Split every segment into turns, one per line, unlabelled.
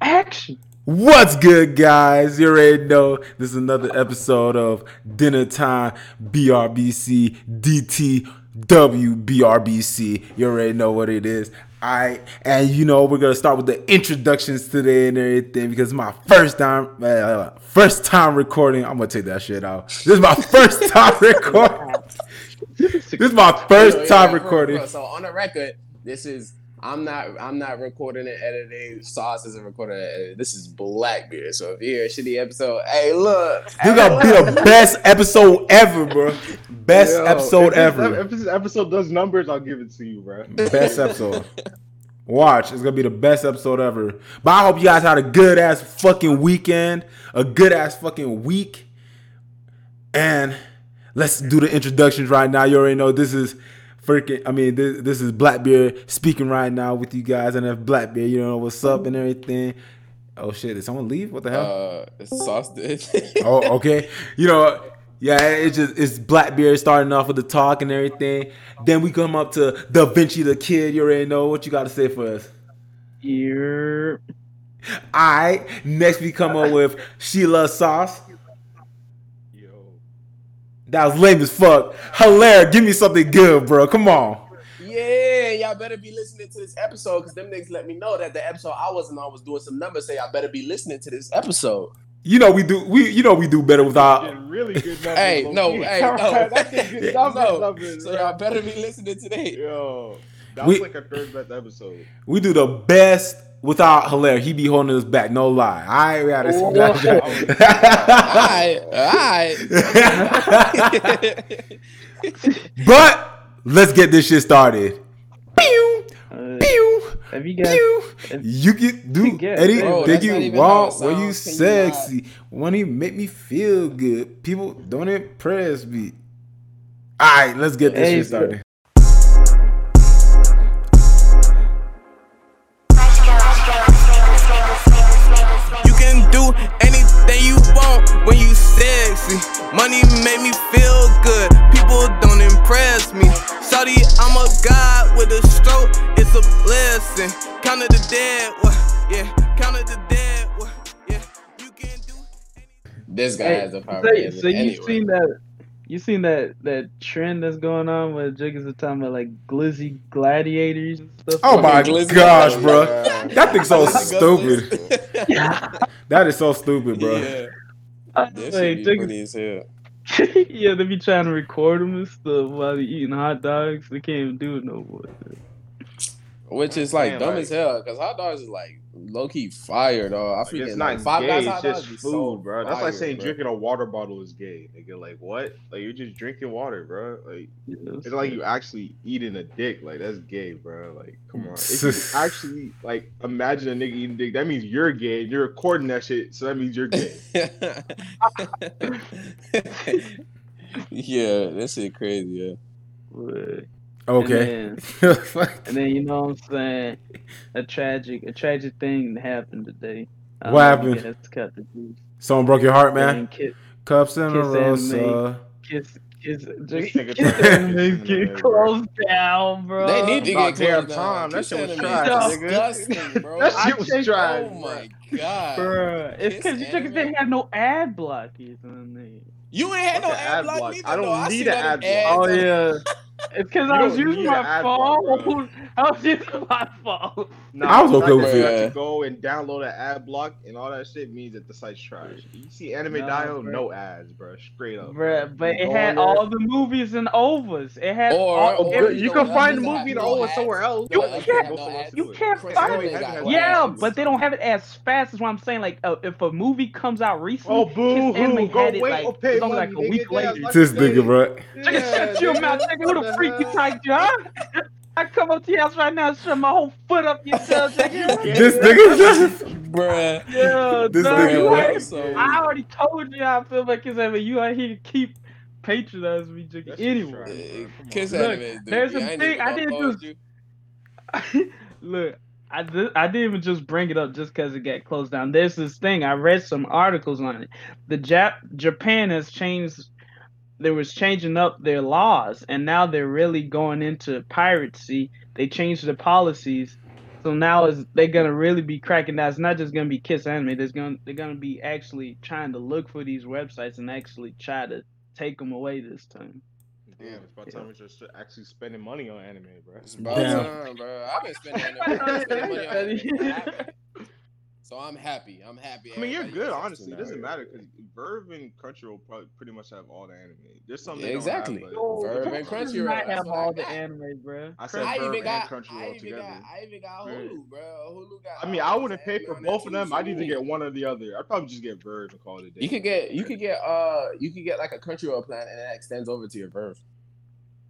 action.
What's good, guys? You already know this is another episode of Dinner Time BRBC DT WBRBC. You already know what it is. I and you know we're gonna start with the introductions today and everything because it's my first time, uh, first time recording. I'm gonna take that shit out. This is my first time recording. this is my
Yeah,
first
yeah,
time
bro,
recording.
bro. So on the record, this is I'm not I'm not recording and editing. Sauce isn't recording and editing. This is Blackbeard. So if you hear a shitty episode, hey look,
This is
hey,
gonna be
look.
the best episode ever, bro. Best
Yo,
episode
if
ever.
This, if this episode does numbers, I'll give it to you, bro.
Best episode. Watch, it's gonna be the best episode ever. But I hope you guys had a good ass fucking weekend, a good ass fucking week. And let's do the introductions right now. You already know this is freaking. I mean, this, this is Blackbeard speaking right now with you guys, and if Blackbeard, you know what's up and everything. Oh shit! Did someone leave? What the hell?
Uh, Sauce did.
oh, okay. You know, yeah, it's just it's Blackbeard starting off with the talk and everything. Then we come up to Da Vinci the Kid. You already know what you got to say for us.
Here.
All right. Next, we come up with Sheila Sauce.
Yo.
That was lame as fuck. Hilarious. Give me something good, bro. Come on.
yeah, y'all better be listening to this episode because them niggas let me know that the episode I wasn't on was doing some numbers. So y'all better be listening to this episode.
You know we do. We you know we do better with our.
Getting really good numbers.
Hey,
low
no,
key.
hey, no.
That's a good numbers,
no.
numbers,
So
bro.
y'all better be listening today.
Yo. That
We-
was like a third best episode.
We do the best without hilarious. He be holding us back. No lie. All right, we gotta see
Alright, alright.
But let's get this shit started. Pew,
Uh,
pew,
Have you guys?
pew. You can do
get
Eddie,
bro,
that's
think
not
you
even how
walk
it
when you
sounds. Can you not-
sexy. When you make me feel good. People don't impress me. Alright, let's get this
Hey,
shit started.
You can do anything you want when you sexy. Money make me feel good. People don't impress me. Shawty, I'm a god with a stroke. It's a blessing. Counted the dead. What? Yeah. Counted the dead. What? Yeah. You can do.
This guy
Hey,
has a power.
so you- so
anyway.
you've seen that? You seen that that trend that's going on where jiggas are talking about like glizzy gladiators and stuff?
Oh
like
my
Fucking glizzy.
gosh,
Yeah.
bro. That thing's so
Glizzy
stupid.
glizzy.
That is so stupid, bro.
Yeah,
that.
this
Like,
should be pretty as hell.
jiggas- yeah, they be trying to record them and stuff while they eating hot dogs. They can't do it no more.
Which is like
Man,
dumb
like-
as hell because hot dogs is like low key fire, dog. I
Like,
forget
it's not
five
gay.
guys
It's
hot
just
dogs be
food,
so
bro. That's
fire,
like saying
bro.
drinking a water bottle is gay. Nigga, like what? Like you're just drinking water, bro. Like
Yeah,
it's like you actually eating a dick. Like that's gay, bro. Like come on. If you actually like imagine a nigga eating dick, that means you're gay. and You're recording that shit, so that means you're gay.
yeah, that shit crazy.
But-
Okay.
And then, and then you know what I'm saying? A tragic, a tragic thing happened today. Um, I
What
don't know if you
happened?
guys caught the juice.
Someone broke your heart,
And
man.
Kid,
Cups and a
Kiss anime.
rosa.
kiss, kiss,
This
just
nigga
kiss
tried to
them,
kiss in the
get
bed,
closed down,
Yeah,
bro.
they need to
about
get
damn
cleared
time.
up.
That
Kiss
shit was
anime
trash,
is
nigga.
disgusting, bro.
that shit
I
was
think-
trash.
oh my god,
Bro, it's
Kiss
because you took
anime.
they had no ad blockers on there.
you ain't had
Fuck
no
an
ad
ad
block.
block.
neither,
I don't
though. I
need
seen
an
all
ad
them
block.
ads.
Oh yeah, it's because
You
I was
don't
using
need an
my
ad block,
phone. I was using my phone.
Nah,
I was
the
okay
fact
with
that you
it.
have to Go and download an ad block and all that shit means that the site's trash. You see anime
Nah,
dial,
bruh.
no ads, bro. Straight up.
Bruh, but it
Go on
had
there.
all the movies and overs. It had
Or-
all.
or-
Bruh,
every-
you
don't
can find the
have
movie
ads,
and
no
own it
ads.
somewhere else.
You
Like,
can't-
go somewhere else
you
to it.
can't
Crazy.
find
Anime
it.
had
Well,
yeah,
ads.
but they don't have it as fast. That's what I'm saying. Like, uh, if a movie comes out recently,
Oh boo
Kiss Anime
hoo! Go
had it,
wait
like,
or pay
it's only
money.
like a week
nigga. Yeah,
later.
like
This
I
nigga,
said,
bro.
Nigga, shut your
nigga,
mouth,
what
nigga. Who
the
the freak you
hell?
talking to, huh? I come up to your house right now and shove my whole foot up your tail, nigga.
Yeah.
This nigga.
Bruh.
Yeah,
This
dog,
nigga
you
wild.
ain't- I already told you how I feel about Kiss Anime. You out here to keep patronizing me,
That
nigga.
shit's
Anyway,
trash.
Kiss
Look,
anime, dude.
there's a
I
thing-
ain't even
I
gonna
didn't
hold
do-
you.
look. I, did, I didn't even just bring it up just because it got closed down. There's this thing I read some articles on it. The Jap- Japan has changed. They was changing up their laws, and now they're really going into piracy. They changed the policies So now is they're gonna really be cracking down. It's not just gonna be kiss anime. There's gonna they're gonna be actually trying to look for these websites and actually try to take them away this time.
Damn, it's about
Yeah.
time we just actually spending money on anime, bro.
It's about
Damn.
time, bro. I've been spending, I've been spending money on anime, bro. I haven't. So I'm happy. I'm happy.
I mean, you're
everybody
good,
gets
honestly. It
into
doesn't
that.
matter because Verve and Crunchyroll will probably pretty much have all the anime. There's some
Yeah,
they don't have,
exactly.
but-
No, Verve and
Crunchyroll
Crunchyroll,
might
that's
have
what I
all the
got.
anime, bro.
I said
Crunchyroll-
I
Verve
even
and
got,
Crunchyroll
I even
together.
got, I even got
Right.
Hulu, bro. Hulu got.
I mean,
all
I
those
wouldn't pay
anime
for
on
both of
there, too,
them. I'd
so-
either get one or the other. I'd probably just get Verve and call it a day.
You could get, you could get, uh, you could get like a Crunchyroll plan, and that extends over to your Verve.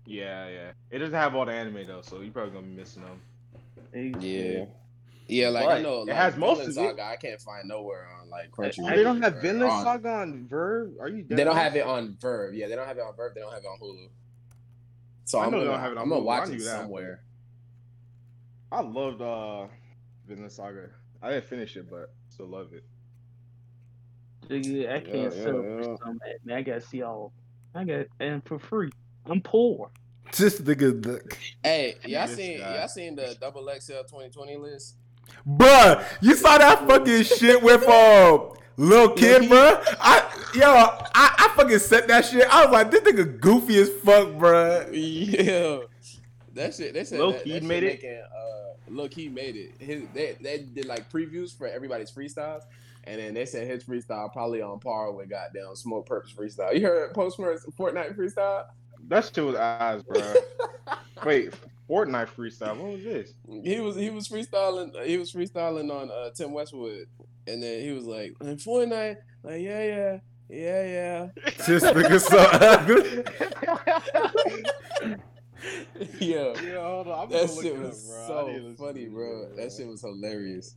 Yeah, yeah. It doesn't have all the anime though, so you're probably gonna be missing them.
Yeah. Yeah, like
But
I know
it
like,
has most
Vinland
of it.
Saga, I can't find nowhere on like Crunchyroll.
they don't have
or
Vinland
on-
Saga on Verve. Are you?
They don't have it on Verve. Yeah, they don't have it on Verve. They don't have it on Hulu. So
I
I'm
know they
gonna,
don't have it on
I'm gonna
Hulu,
watch
I knew
it
that, but-
somewhere.
I loved uh, Vinland Saga. I didn't finish it, but still love it.
Nigga, I
Yeah,
can't
yeah,
settle
yeah.
for some of that, man. I gotta see all. I got and for free. I'm poor.
Just nigga, look.
Hey, y'all
This
seen
guy.
y'all seen the double XL 2020 list?
bruh, you saw that fucking shit with um Lil Kid, bruh. I yo, I, I fucking set that shit. I was like, this nigga goofy as fuck, bruh.
yeah, that shit. They said
Lil
that, that
Keed
shit
made it?
making, Uh, look, he made it. His they they did like previews for everybody's freestyles, and then they said his freestyle probably on par with goddamn Smoke Purpose freestyle. You heard Post Malone's Fortnite freestyle?
That shit was eyes, bro. Wait, Fortnite freestyle. What was this?
He was he was freestyling he was freestyling on uh, Tim Westwood, and then he was like in Fortnite, like yeah yeah yeah yeah.
Just nigga so ugly.
yeah,
Yeah, hold on. I'm
that
gonna look
shit
it up,
was
bro. I need
so
to listen
funny,
to this
bro.
shit,
That shit was hilarious.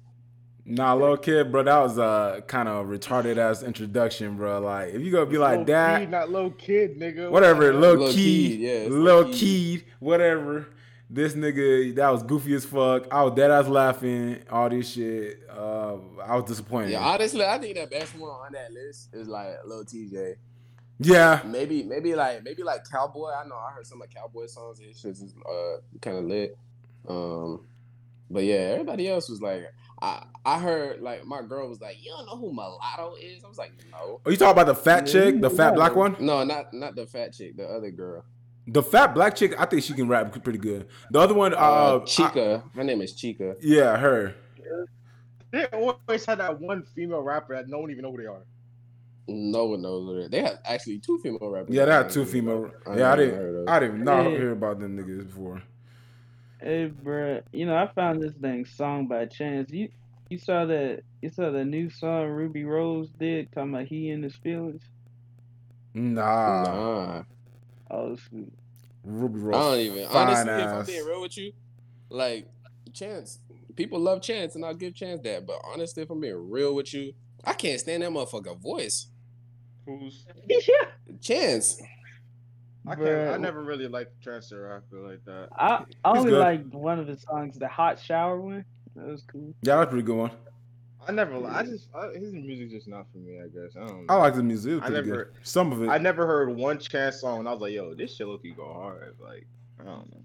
Nah, Lil Kid, bro, that was a kind of retarded ass introduction, bro. Like, if you gonna be like
Low key,
that,
not low kid, nigga.
whatever, Lil
Lil'
Kid,
Keed, yeah, it's Lil'
Lil Kid, whatever. This nigga, that was goofy as fuck. I was dead ass laughing, all this shit. Uh, I was disappointed.
Yeah, honestly, I think the best one on that list is like Lil TJ.
yeah.
Maybe, maybe like maybe like Cowboy. I know I heard some of Cowboy songs. It's just uh kind of lit. Um, but yeah, everybody else was like, I I heard like my girl was like, you don't know who Mulatto is? I was like, no,
Are Oh, you talking about the fat chick, the fat black one?
no, not not the fat chick, the other girl,
The fat black chick, I think she can rap pretty good. The other one, uh,
uh,
I-
Chica. Her name is Chica.
yeah, her.
They always had that one female rapper that no one even know who they are.
No one knows who they. They have actually two female rappers.
Yeah, they
that
had two female. Yeah, I didn't. I didn't not
Yeah.
hear about them niggas before.
Hey, bruh, You know, I found this thing song by chance. You you saw that you saw the new song Ruby Rose did talking about he and his feelings.
Nah,
Nah.
Oh, shoot.
Ruby
I don't
Rose.
even.
Fine
Honestly, if I'm
ass.
being real with you, like Chance, people love Chance, and I'll give Chance that. But honestly, if I'm being real with you, I can't stand that motherfucker voice.
Who's
Chance,
I can't.
Bruh.
I never really liked Chester rapper like that.
I, I
It's
only
good.
liked one of his songs, the Hot Shower one. That was cool.
Yeah, that's a pretty good one.
I never. li- I just I, his music's just not for me. I guess I don't. Know.
I like the music. It was
I
pretty
never-
good. Some of it.
I never heard one Chance song. And I was like, yo, this shit look you go hard. Like I don't know.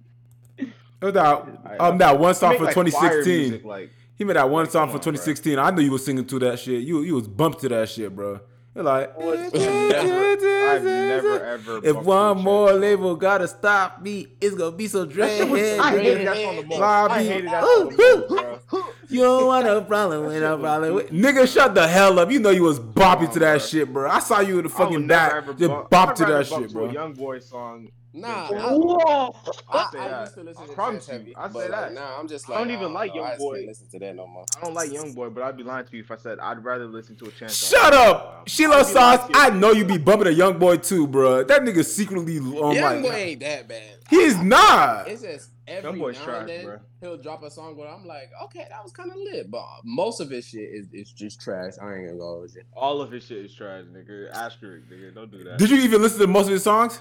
it was that,
I-
um, that one song
He
for
make, like, choir
2016.
music, like
he made that one song
Come
for
on, bruh.
2016. I knew you was singing to that shit. You you was bumped to that shit, bro. You're like.
I've never ever.
If
bumped
one
to a
more
Chance
label gotta stop me, it's gonna be so
song. That shit was-
dreadhead.
I
hated
hated that song the most. I
Bobby.
hated that song the most, bro.
You don't want a problem with a problem with. Nigga, shut the hell up. You know you was bopping to that
Bruh.
shit, bro. I saw you in the
I would
fucking
never
back.
ever
Just
bump-
bop to
I'd rather
that
bump
shit,
to
bro.
A young boy song.
nah. I,
Whoa!
I'll
I,
say
I
that.
used to listen
I
to
promise
Chance
you.
heavy,
I'll say
but like,
that.
now I'm just
I
like
don't even
nah,
like
no, I just
Youngboy.
can't Listen to that no more.
I don't like YoungBoy, but I'd be lying to you if I said I'd rather listen to a Chance. song.
Shut up, Sheila
I'd be lying
Sauce.
to you.
I know you be bumping a young boy too, bro. That nigga secretly on
Young boy
Oh my.
ain't that bad.
He is not.
It's just every
Young boy's
now
trash,
and then
bruh.
he'll drop a song where I'm like, okay, that was kind of lit, but most of his shit is it's just trash. I ain't gonna go with it.
All of his shit is trash, nigga. Asterisk, nigga. Don't do that.
Did you even listen to most of his songs?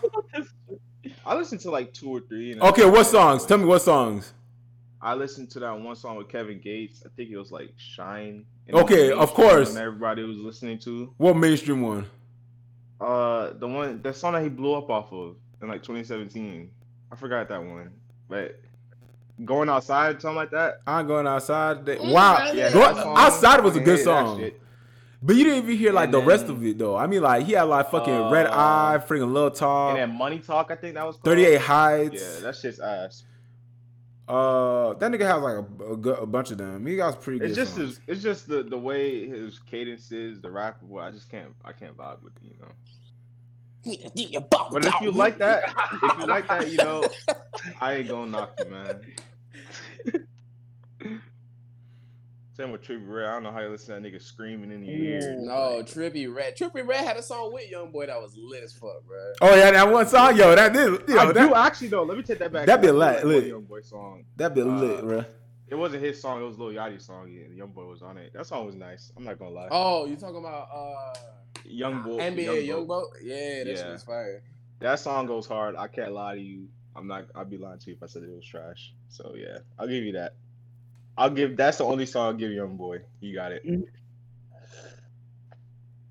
I listened to like two or three. and I-
Okay, what songs? Tell me what songs.
I listened to that one song with Kevin Gates. I think it was like Shine. And
Okay,
it was
of
mainstream
course.
one Everybody was listening to
What mainstream one?
uh the one that song that he blew up off of in like 2017. I forgot that one, but going outside, something like that.
I'm going outside. That,
Mm,
wow,
right.
Yeah,
Go-
that song,
outside was a
I
good
hated that
song.
shit.
But you didn't even hear like
And
the
then-
rest of it though. I mean, like he had like fucking
Uh,
red eye, freaking little
And
talk,
that money talk, I think that was called.
thirty eight
Yeah,
heights.
that shit's ass.
uh, that nigga has like a, a, good, a bunch of them. He got pretty good.
It's just
songs.
his, it's just the the way his cadence is, the rap. Well, I just can't I can't vibe with it, you know. But if you like that, if you like that, you know, I ain't gonna knock you, man. Same with Trippie Red. I don't know how you listen to that nigga screaming in the ear.
Mm, No, Trippy Red. Trippy Red had a song with Young Boy that was lit as fuck, bro.
oh yeah, that one song, yo, that did, yo,
I
that
do actually though. Let me take that back.
That'd be a
I do
lot,
like
look.
Young Boy song.
that bit
Uh,
lit, bro.
It wasn't his song. It was Lil Yachty's song. Yeah, and Young Boy was on it. That song was nice. I'm not gonna lie.
Oh, you talking about uh
Young Boy,
NBA
Young
Young Boy? Yeah, that shit
Yeah.
was fire.
That song goes hard. I can't lie to you. I'm not. I'd be lying to you if I said it was trash. So yeah, I'll give you that. I'll give. That's the only song I'll give Young Boy. You got it.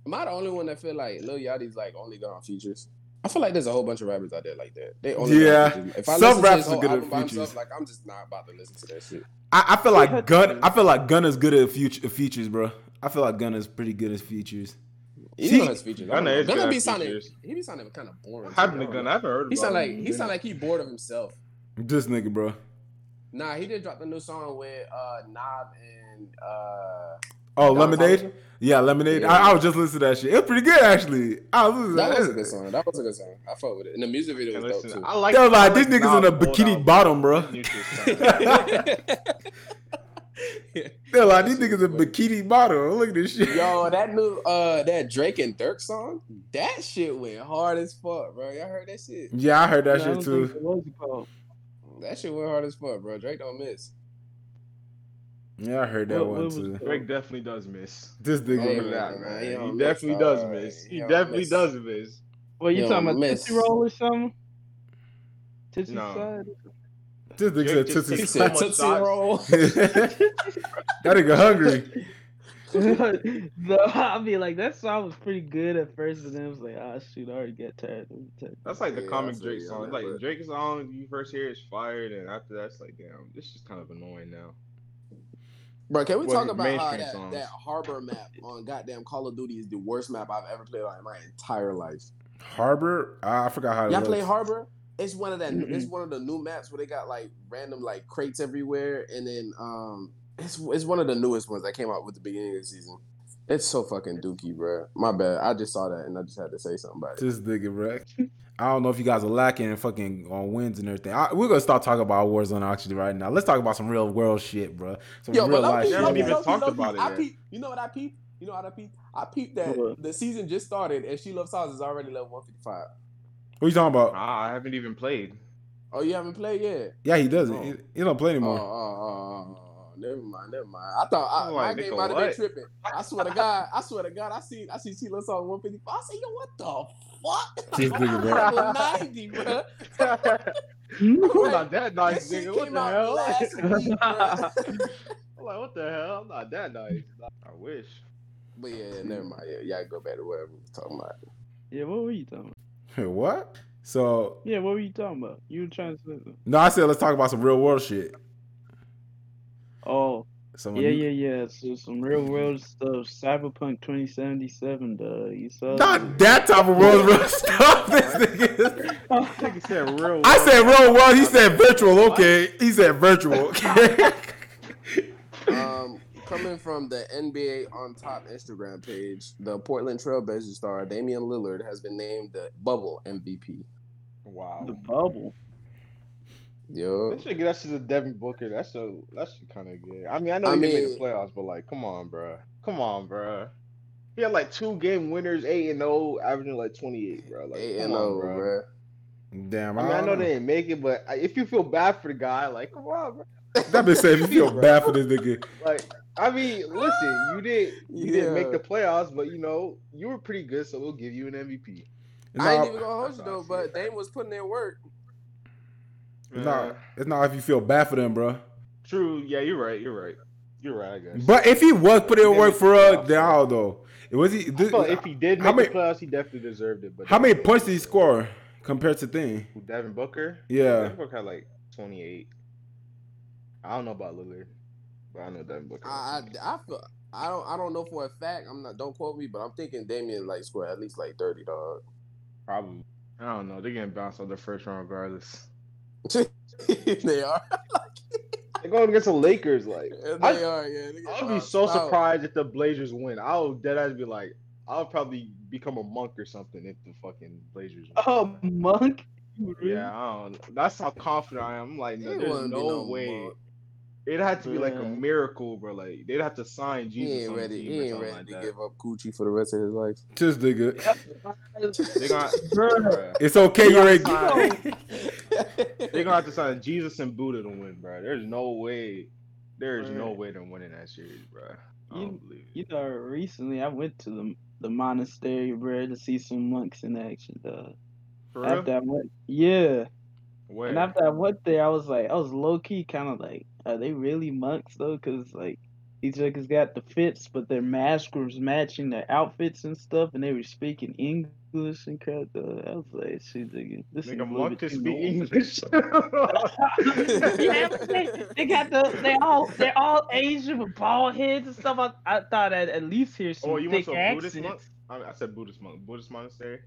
Am I the only one that feel like Lil Yachty's like only good on features? I feel like there's a whole bunch of rappers out there like that. They only good on
Yeah.
features. If
Some
listen to
rappers
his
are
whole
good at
album by himself,
features.
Like I'm just not about to listen to that shit.
I, I feel like Gun. I feel like Gunna's good at future, features, bro. I feel like Gunna's pretty good at features.
He
See,
know his features. I don't
Gunna
know.
is
Gunna
good
be
at
sounding.
features.
He be sounding kind of boring.
What
to
happened
me.
to Gunna? I haven't heard.
He
about
sound like
him.
he sound like he bored of himself.
This nigga, bro.
Nah, he did drop the new song with uh Knob and uh
Oh,
was
lemonade.
awesome.
Yeah, lemonade.
Yeah.
I, I was just listening to that shit. It was pretty good actually. I was listening
that
to
was a good song. That was a good song. I fuck with it. And the music
Yeah,
video was dope
listen,
too.
I like.
Yo,
I
like this nigga's on a
Nas' old
bikini
album.
bottom, bro.
New shit's sound.
Yo, like these niggas a bikini bottom. Look at this shit.
Yo, that new uh that Drake and Dirk song, that shit went hard as fuck, bro. Y'all heard that shit?
Yeah, I heard that
I
shit
don't
too.
think it was called.
That shit went hard as fuck, bro. Drake don't miss.
Yeah, I heard that
What-
one
what was
too.
it?
Drake definitely does miss.
This
Remember
nigga,
Hey,
that,
man,
man.
he
He,
don't miss,
definitely does
alright.
miss. He,
He don't
definitely
miss.
does miss.
Well, you
Yo,
talking about
miss.
Tootsie Roll or something? Tootsie
No.
Slide?
this nigga said
Drake just
tootsie.
He
takes
Slide.
said
much
Tootsie
sauce.
Roll.
that nigga hungry.
so I'll be like, that song was pretty good at first, and then I was like, ah, shoot, I already got tired. of it.
That's like the
Yeah, I
common
feel
Drake
you on
song.
that,
Like
but-
Drake song, you first hear it's fired, and after that's like, damn, this is kind of annoying now.
Bro, can we
Well,
talk
his
about how
mainstream
that,
songs.
that harbor map on goddamn Call of Duty is the worst map I've ever played on in my entire life?
Harbor. Ah, I forgot how to.
Y'all play Harbor? It's one of that.
Mm-mm.
It's one of the new maps where they got like random like crates everywhere, and then um, it's it's one of the newest ones that came out with the beginning of the season. It's so fucking dookie, bro. My bad. I just saw that and I just had to say something about it.
This nigga, bro. I don't know if you guys are lacking in fucking on wins and everything. I, we're gonna start talking about Warzone actually right now. Let's talk about some real world shit, bro. Some
Yo,
real
but low
life
key,
we
shit.
haven't
low key,
even
low key,
talked
low
about
key.
it
I
yet.
peep. You know what I peep? You know what I peep? I peeped that
What?
the season just started and she loves size is already level one fifty five.
What you talking about?
Ah, I haven't even played.
Oh, you haven't played yet?
Yeah, he doesn't.
Oh.
He, he don't play
Oh, oh,
anymore.
oh, oh, oh, never mind, never mind. I thought I,
I'm
my
like,
game
nigga,
might have been
what?
tripping. I swear to God, I swear to God, I see, I see T-List on 155. I say, yo, what the fuck?
This nigga, bro.
Level 90, bro.
I'm not that
That
nice,
shit
nigga. What
came
the
out
hell?
last week, bro.
I'm like, what the hell? I'm not that nice. I wish.
But yeah, never mind. Yeah, y'all go back to whatever we was talking about.
yeah, what were you talking about?
what? So
Yeah, what were you talking about? You were trying to say something.
no, I said let's talk about some real world shit.
Oh,
Some
yeah, yeah, yeah. So some real world stuff. Cyberpunk 2077, dog. You saw
Not that type of world, bro. Stop this nigga.
that?
Nigga said real.
I
world.
said real world. He said virtual. Okay, he said virtual. Okay.
Um, coming from the NBA on top Instagram page, the Portland Trailblazer star Damian Lillard has been named the Bubble MVP.
Wow.
the bubble.
Yo,
This shit, that shit's a Devin Booker. That's so. That's kind of good. I mean, I know
I
he didn't
mean-
make the playoffs, but like, come on, bruh. Come on, bruh. He had like two game winners, eight and zero, averaging like twenty eight, bro. Like,
A
come
and
on,
O,
bruh.
bro.
Damn,
I mean, I know they didn't make it, but I- if you feel bad for the guy, like, come on, bro.
That been saying you feel bad for this nigga.
Like, I mean, listen, you did, you didn't make
Yeah.
the playoffs, but you know, you were pretty good, so we'll give you an MVP.
I ain't
No,
even gonna hold you
That's
though,
awesome.
but Dame was putting in work.
it's not. It's not if you feel bad for them, bro.
True. Yeah, you're right. You're right. You're right. I guess.
But if he was putting in work for us, then I don't know. Was he?
I felt if he did make
how many-
the playoffs, he definitely deserved it. But
how many points did he score compared to thing?
Devin Booker.
Yeah.
Devin Booker had like 28. I don't know about Lillard, but I know Devin Booker.
I, I, I feel I don't I don't know for a fact. I'm not don't quote me, but I'm thinking Damian like score at least like thirty, dog.
Probably. I don't know. They're getting bounced out the first round regardless.
they are.
They're going against the Lakers. Like
they
I,
are. Yeah. they get
I'll be
bounced
so
out.
surprised if the Blazers win. I'll dead eyes be like, I'll probably become a monk or something if the fucking Blazers. Win.
Oh, monk. You really-
Yeah, I don't. That's how confident I am. I'm like, no,
He
there's no,
wouldn't be no
way.
monk.
It'd have to be like a
Man.
miracle, bro. Like they'd have to sign
He
Jesus.
ain't
on the
ready.
team
He
or
ain't
something
ready
like
to
that.
give up Gucci for the rest of his life.
Just nigga.
They're gonna,
Bruh.
It's okay,
You
you're
outside.
a
they're gonna have to sign Jesus and Buddha to win, bro. There's no way. There's no
Right.
way they're winning that series, bro. I
You-
don't believe it.
You know, recently I went to the the monastery, bro, to see some monks in action. Dog.
For real?
After I went, yeah,
Where?
and after I went there, I was like, I was low key kind of like, are they really monks though? Because like these niggas got the fits, but their mask was matching their outfits and stuff, and they were speaking English and crap. Dog. I was like, shit, nigga, this is
Make
a
a
little
monk
bit
to
too
speak
much.
English.
Yeah, I'm saying, they got the they all they're all Asian with bald heads and stuff. I, I thought I'd at least hear some
oh, you want
thick
some
accents.
Buddhist monk? I, mean, I said Buddhist monk. Buddhist monastery.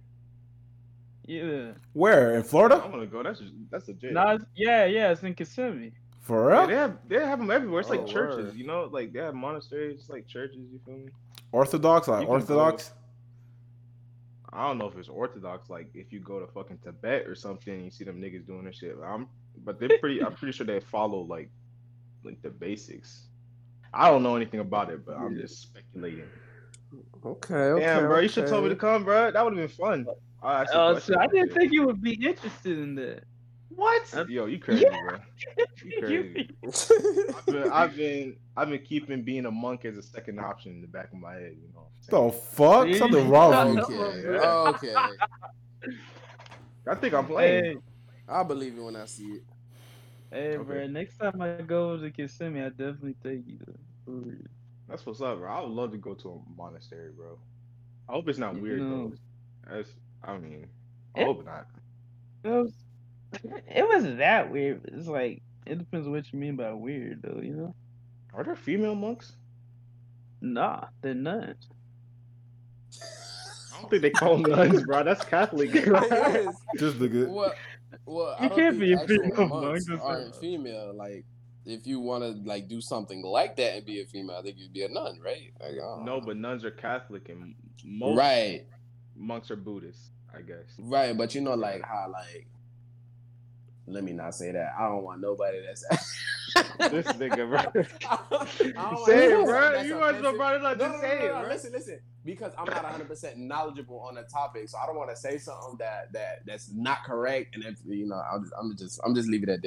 Yeah.
Where? In
I
Florida?
want to go. That's that's a jail.
No, it's- yeah, yeah, it's in Kissimmee.
For
Yeah,
real?
they have they have them everywhere. It's
Oh,
like churches,
word.
you know. Like they have monasteries, it's like churches. You feel me?
Orthodox?
You
Like
can
Orthodox?
I don't know if it's Orthodox. Like if you go to fucking Tibet or something, you see them niggas doing this shit. I'm, but they're pretty. I'm pretty sure they follow like, like the basics. I don't know anything about it, but I'm just speculating.
Okay, okay.
Damn, bro, you should have
okay.
told me to come, bro. That would have been fun. I asked you
Oh,
questions
so I
and
didn't
shit.
think you would be interested in that.
What? Yo, you crazy, bro. You crazy. I've been, I've been, I've been keeping being a monk as a second option in the back of my head. You know. what I'm
The fuck?
See?
Something wrong with you.
okay, okay.
saying? I think I'm playing.
Hey,
I believe you when I see it.
hey,
Okay.
bro. Next time I go to Kissimmee, I definitely take you. though. For real.
That's what's up, bro. I would love to go to a monastery, bro. I hope it's not
You
weird
know.
though. That's, I mean, I
Yeah.
hope not.
It was, it wasn't that weird. but It's like it depends what you mean by weird, though. You know?
Are there female monks?
Nah, they're not.
I don't think they call nuns, bro. That's Catholic.
Thing is,
Just nigga.
well, well, I
You
don't
can't
think
be a
actual
female,
monks
dog. That's
aren't
not-
female. Like, if you want to like do something like that and be a female, I think you'd be a nun, right? Like, I don't
no,
know.
but nuns are Catholic and most
right,
monks are Buddhists, I guess.
right. But you know, like how like. Let me not say that. I don't want nobody that's.
this nigga, bro.
Say
Say it, bro. You want somebody like
No, no,
just
no,
say
no,
it,
no,
bro.
Listen, listen. Because I'm not 100 percent knowledgeable on the topic, so I don't want to say something that that that's not correct. And if you know, I'll just, I'm just I'm just leaving it at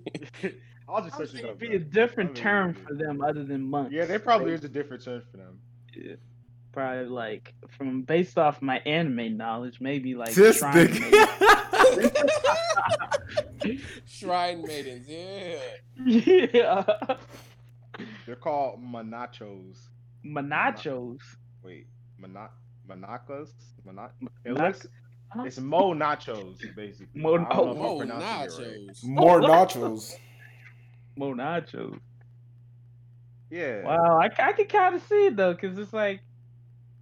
that.
I'll just
I
search
think
it
it'd
up.
be a
bro.
different
I mean,
term for them other than monks.
Yeah, there probably is a different term for them.
probably like from based off my anime knowledge, maybe like
Just
shrine maiden.
nigga.
Shrine maidens, yeah.
yeah,
They're called monachos.
monachos.
Wait, monac monacas? Monac. It
Monac-
looks. It's mo nachos, basically.
Mo-
I
oh,
don't know if I'm
Whoa,
pronouncing it right.
nachos.
Oh,
More
what?
nachos.
Monachos.
Yeah.
Wow, I, I can kind of see it though, cause it's like,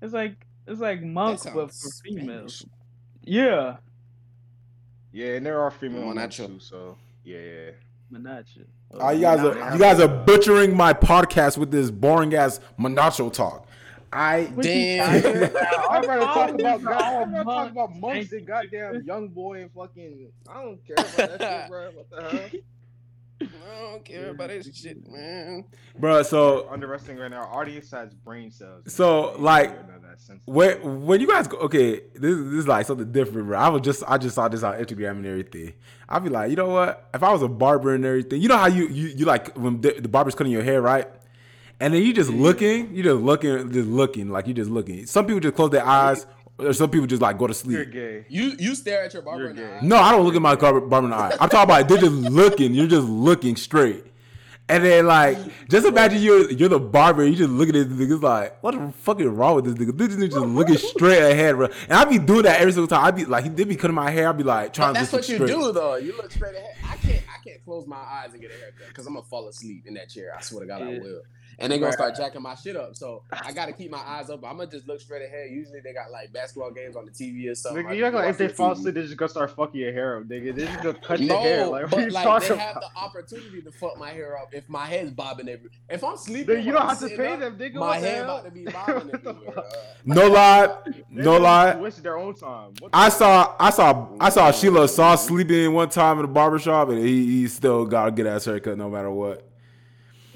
it's like, it's like monk
sounds
but for females. Yeah,
Yeah, and there are female
Mo
monks
nacho.
too. So yeah, yeah.
monacho.
Oh, you guys
Nah,
are
they
you guys
have,
are
uh,
butchering my podcast with this boring ass Monacho talk. I
What you
Damn.
talking about?
I'd rather talk about
All
God, I'd rather talk
monks.
about monks and goddamn young boy and fucking. I don't care about that shit, bro. What the hell?
I don't care about this shit, man.
bruh, so
Underestimating right now. Our audience has brain cells.
So, like,
wait,
when when you guys go okay, this, this is like something different, bro. I was just I just saw this on Instagram and everything. I'd be like, you know what? If I was a barber and everything, you know how you you, you like when the, the barber's cutting your hair, right? And then you just looking, you just looking, just looking, like you just looking. Some people just close their eyes, or some people just like go to
you're
sleep.
gay.
You you stare at your barber
You're
now.
gay.
No, I don't look at my barber, barber in the eye. I'm talking about they're just looking. You're just looking straight. And then like, just imagine you're you're the barber. You just looking at this nigga's like, what the fuck is wrong with this nigga? This nigga just looking straight ahead, bro. And I be doing that every single time. I be like, he did be cutting my hair. I be like trying.
But that's
to
what
look
you
straight.
do though. You look straight ahead. I can't I can't close my eyes and get a haircut because I'm gonna fall asleep in that chair. I swear to God I
Yeah.
will. And they're gonna start jacking my shit up. So I gotta keep my eyes open. I'm gonna just look straight ahead. Usually they got like basketball games on the TV or something.
Nigga,
I
you act
just
like if they
watch the
fall
TV.
asleep, they're just gonna start fucking your hair up, nigga. They're just gonna cut your
No,
hair. Like, what are
but
you
like
talking
they have
about?
the opportunity to fuck my hair up if my head's bobbing every. If I'm sleeping,
Nigga,
while
you don't
I'm
have to
sitting
pay
up,
them, nigga.
My
what the
hair
hell?
about to be bobbing
What the
everywhere.
fuck?
uh.
No lie,
They're
no
gonna
lie.
Waste their own time. What the
I saw, I saw, I saw Sheila saw sleeping one time in the barbershop, and he, he still got a good ass haircut no matter what.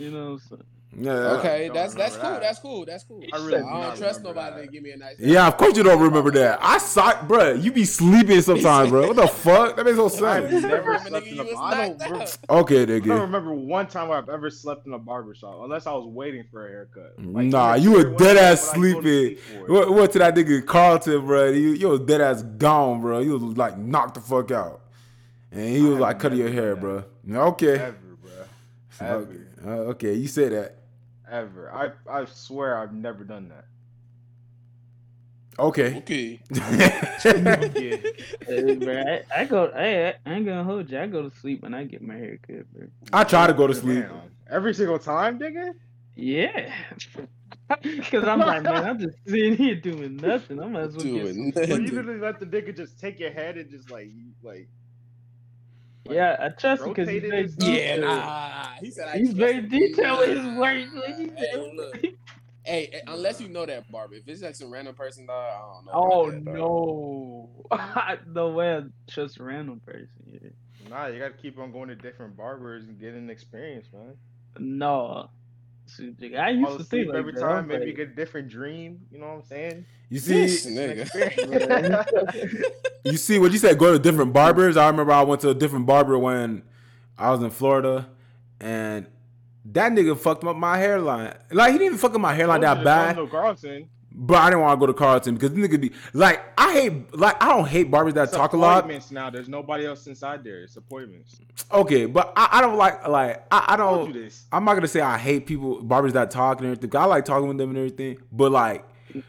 You know, so,
Yeah.
Okay,
don't
that's that's cool.
remember that.
That's cool. That's cool.
I
I,
really do
don't
not
trust
remember
nobody
that.
to give me a nice.
Yeah, of course you don't remember that. I saw, bruh. You be sleeping sometimes, bro. What the fuck? That makes no
I've
sense.
never
Remember,
slept
nigga,
in
you
a
was
I don't,
knocked
re-
out.
Okay,
I don't
nigga.
remember one time where I've ever slept in a barbershop unless I was waiting for a haircut.
Nah,
in
you
the
were
chair,
dead ass
when I go to
sleeping.
sleep for it.
What, what to that nigga Carlton, bro? You, you was dead ass gone, bro. You was like knocked the fuck out, and he was like cutting your hair, bro. Okay,
Ever, bro.
okay,
Ever.
Uh, okay. You said that.
Ever. I, I swear I've never done that.
Okay.
Okay.
Yeah.
hey, bro, I, I go. Hey, I, I ain't gonna hold you. I go to sleep when I get my hair cut, bro.
I try to go to sleep.
Damn. Every single time, nigga?
Yeah. Cause I'm like, man, I'm just sitting here doing nothing. I might as well get some
Doing
So you
nothing.
literally let the nigga just take your head and just like, you- like,
Yeah, I trust him because he's
Rotated
very
or something?
Yeah,
detailed.
nah. He said I
He's
trust
very
him.
detailed with his
Nah.
work. Like, he said-
Hey, look. Hey, eh, unless you know that barber. If it's like some random person, dog, I don't know. about
oh
that, dog.
no, no way. I trust a random person. Yeah.
nah, you gotta keep on going to different barbers and getting experience, man.
No, See, nigga, I
Fall
used to
asleep
think like
every
that. I was
time, maybe
like-
you get a different dream. You know what I'm saying?
You see,
This nigga.
Experience.
You see, when you said go to different barbers, I remember I went to a different barber when I was in Florida, and that nigga fucked up my hairline. Like he didn't fuck up my hairline that
Told you to
bad,
come to Carlton.
but I didn't want to go to Carlton because this nigga be like, I hate like I don't hate barbers that
It's
talk a lot.
appointments now. There's nobody else inside there. It's appointments.
Okay, but I, I don't like like I, I
I told
don't.
you this.
I'm not gonna say I hate people barbers that talk and everything. 'cause I like talking with them and everything, but like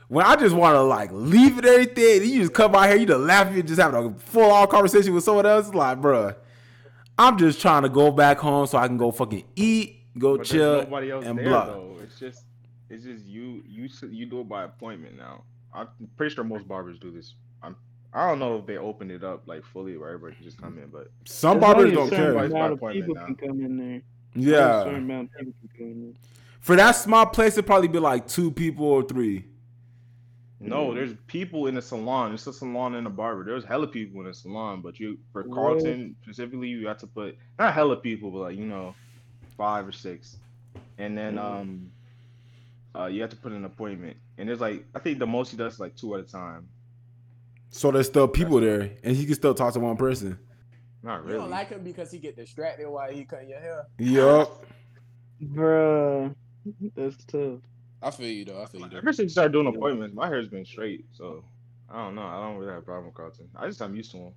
when I just want to like leave and everything, then you just come out here, you just laughing, just having a full on conversation with someone else. it's Like, bruh, I'm just trying to go back home so I can go fucking eat, go
But
chill,
there's nobody else
and
there
block.
though. It's just, it's just you. You s- you do it by appointment now. I'm pretty sure most barbers do this. I'm. I don't know if they opened it up like fully where everybody can just come in, but
Some
There's
barbers
only a
don't
certain
care.
Everybody's by
amount of
appointment
people
now.
can come in there. Only a
Yeah,
certain amount of people can come in
for that small place, it'd probably be like two people or three.
no, there's people in the salon. It's a salon and a barber. There's hella people in the salon, but you for
Really?
Carlton specifically, you have to put not hella people, but like you know, five or six, and then um, uh, you have to put an appointment. And there's like I think the most he does is like two at a time.
So there's still people there, and he can still talk to one person.
Not
You
really.
don't like him because he get distracted while he cutting your hair.
Yup.
there. Bruh, that's tough.
I feel you though. I feel you though.
Ever since I started doing appointments, my hair's been straight, so I don't know. I don't really have a problem with Carlton. I just I'm used to him.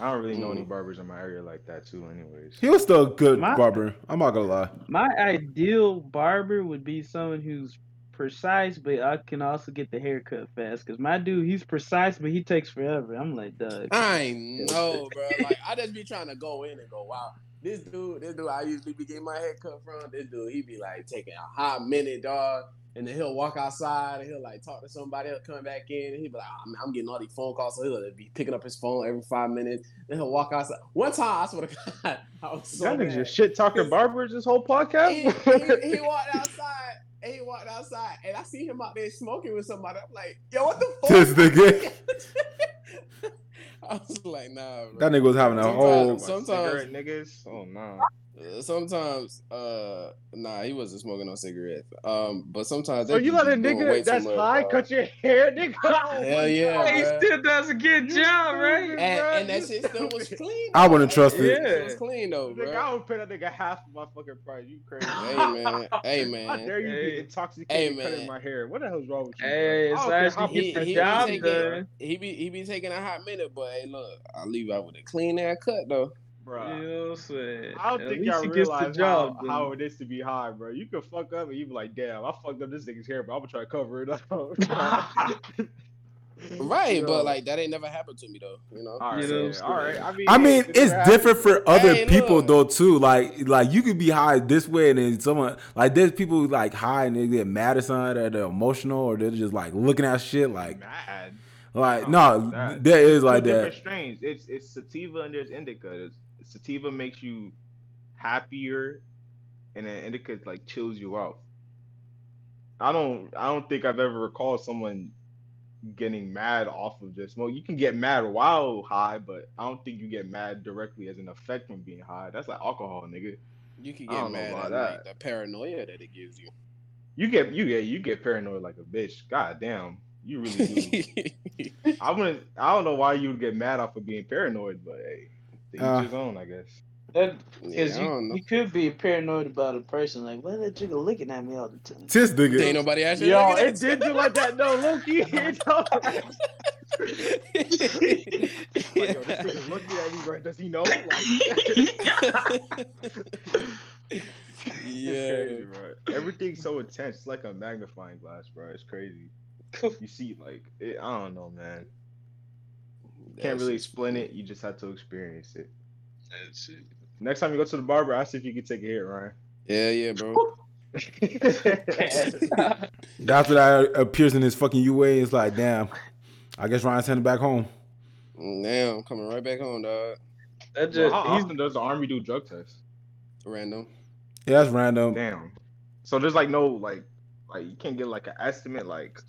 I don't really know any barbers in my area like that too, anyways.
He was still a good
My-
barber. I'm not gonna lie.
My ideal barber would be someone who's precise, but I can also get the haircut fast. Cause my dude, he's precise, but he takes forever. I'm like, Doug.
I know, bro. Like I just be trying to go in and go, wow. This dude, this dude, I usually be getting my hair cut from. This dude, he be like taking a hot minute, dog. And then he'll walk outside and he'll like talk to somebody. He'll come back in and he'll be like, I'm, I'm getting all these phone calls. So he'll be picking up his phone every five minutes. Then he'll walk outside. One time, I swear to God, I was so
that
mad.
nigga's just shit talking barbers this whole
he,
podcast.
he, he walked outside. And he walked outside, and I see him out there smoking with somebody. I'm like, yo, what the fuck?
This nigga.
I was like, nah, bro.
That nigga was having a
Sometimes-
oh,
whole.
sometimes-
Cigarette niggas. Oh no.
Uh, Sometimes, uh, nah, he wasn't smoking no cigarettes. Um, but sometimes
So
they
Oh, you
just
let a
be doing way
nigga
too
that's
much,
high
dog.
cut your hair, nigga.
Hell yeah, bruh.
still does a good job,
right?
and, and
Bruh,
that
you
shit still was
stupid.
clean.
I wouldn't
dog.
trust
That
it.
shit was clean though,
Nigga, I
bro.
would pay that nigga half of my fucking price. You crazy?
Hey man, hey
How
man.
dare you
Hey.
be intoxicated
Hey,
cutting
man.
my hair? What the hell's wrong with you?
Hey, it's
bruh? I don't care
actually-
how
he-
much
he
you
was
got,
taking-
bruh.
He be he be taking a hot minute, but hey, look, I leave out with a clean ass cut though.
You
Bruh.
know what I'm saying?
I don't
At
think
least
y'all
he gets the
realize
job
how,
done.
how it is to be high, bro. You can fuck up and you be like, damn, I fucked up this nigga's hair, but I'm gonna try to cover it up. All
Right,
Yo.
but like that ain't never happened to me though. You know.
right,
know,
yeah, all right. I mean,
I mean,
it-
it's
it
different for other
Hey,
people
look.
though too. Like, like you could be high this way, and then someone like there's people who, like high and they get mad at something, or they're emotional, or they're just like looking at shit
happens.
like,
Mad.
like
Oh,
no,
that-
there is like
Two different
that.
strains. It's it's sativa and there's indica. There's, sativa makes you happier, and then indica like chills you out. I don't I don't think I've ever recalled someone getting mad off of just smoke. You can get mad while high, but I don't think you get mad directly as an effect from being high. That's like alcohol, nigga.
You can
I
get
don't know
mad
about
at
that.
like, the paranoia that it gives you.
You get you get you get paranoid like a bitch. God damn, you really do. I wouldn't. I don't know why you would get mad off of being paranoid, but hey, to each
Uh.
his own, I guess.
That,
yeah, I
Because
don't
you,
know.
you could be paranoid about a person. Like, why that jigga looking at me all the time?
Tis
Ain't
nigga.
nobody actually.
Yo,
looking
it
at you.
did do like that though, Loki. It don't- like, yo, this nigga looking at me, bro. Does he know? Like, it's crazy,
yeah.
bro. Everything's so intense. It's like a magnifying glass, bro. It's crazy. You see, like, it, I don't know, man. You can't really explain it. You just have to experience it. Next time you go to the barber, ask if you can take a hit, Ryan.
Yeah, yeah, bro.
After that appears in his fucking UA, it's like, damn. I guess Ryan's heading back home.
Now I'm Mm, coming right back home, dog.
that
well,
just
how
he's
often does the army do drug tests?
Random.
Yeah, that's random.
Damn. So there's like no like, like you can't get like an estimate. Like,